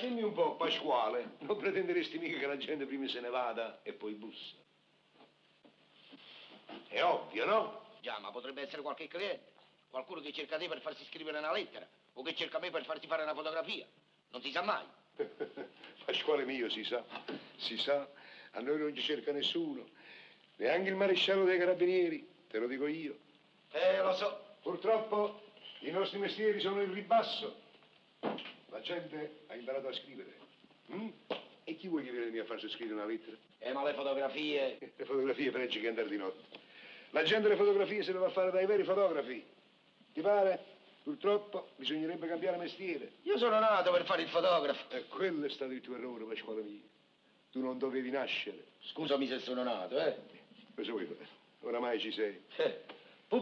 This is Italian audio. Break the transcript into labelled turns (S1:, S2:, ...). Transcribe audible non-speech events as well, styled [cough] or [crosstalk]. S1: dimmi un po', Pasquale, non pretenderesti mica che la gente prima se ne vada e poi bussa? È ovvio, no? [laughs]
S2: Già, ma potrebbe essere qualche cliente. Qualcuno che cerca te per farsi scrivere una lettera o che cerca me per farti fare una fotografia. Non si sa mai.
S1: Pasquale mio, si sa, si sa, a noi non ci cerca nessuno, neanche il maresciallo dei carabinieri, te lo dico io.
S2: Eh, lo so.
S1: Purtroppo i nostri mestieri sono in ribasso. La gente ha imparato a scrivere. mm? E chi vuoi che viene a farsi scrivere una lettera?
S2: Eh, ma le fotografie...
S1: Le fotografie peggio che andare di notte. La gente le fotografie se le va a fare dai veri fotografi. Ti pare? Purtroppo bisognerebbe cambiare mestiere.
S2: Io sono nato per fare il fotografo.
S1: E quello è stato il tuo errore, Pasquale mio. Tu non dovevi nascere.
S2: Scusami se sono nato, eh.
S1: Lo so io, oramai ci sei.
S2: Eh, [laughs]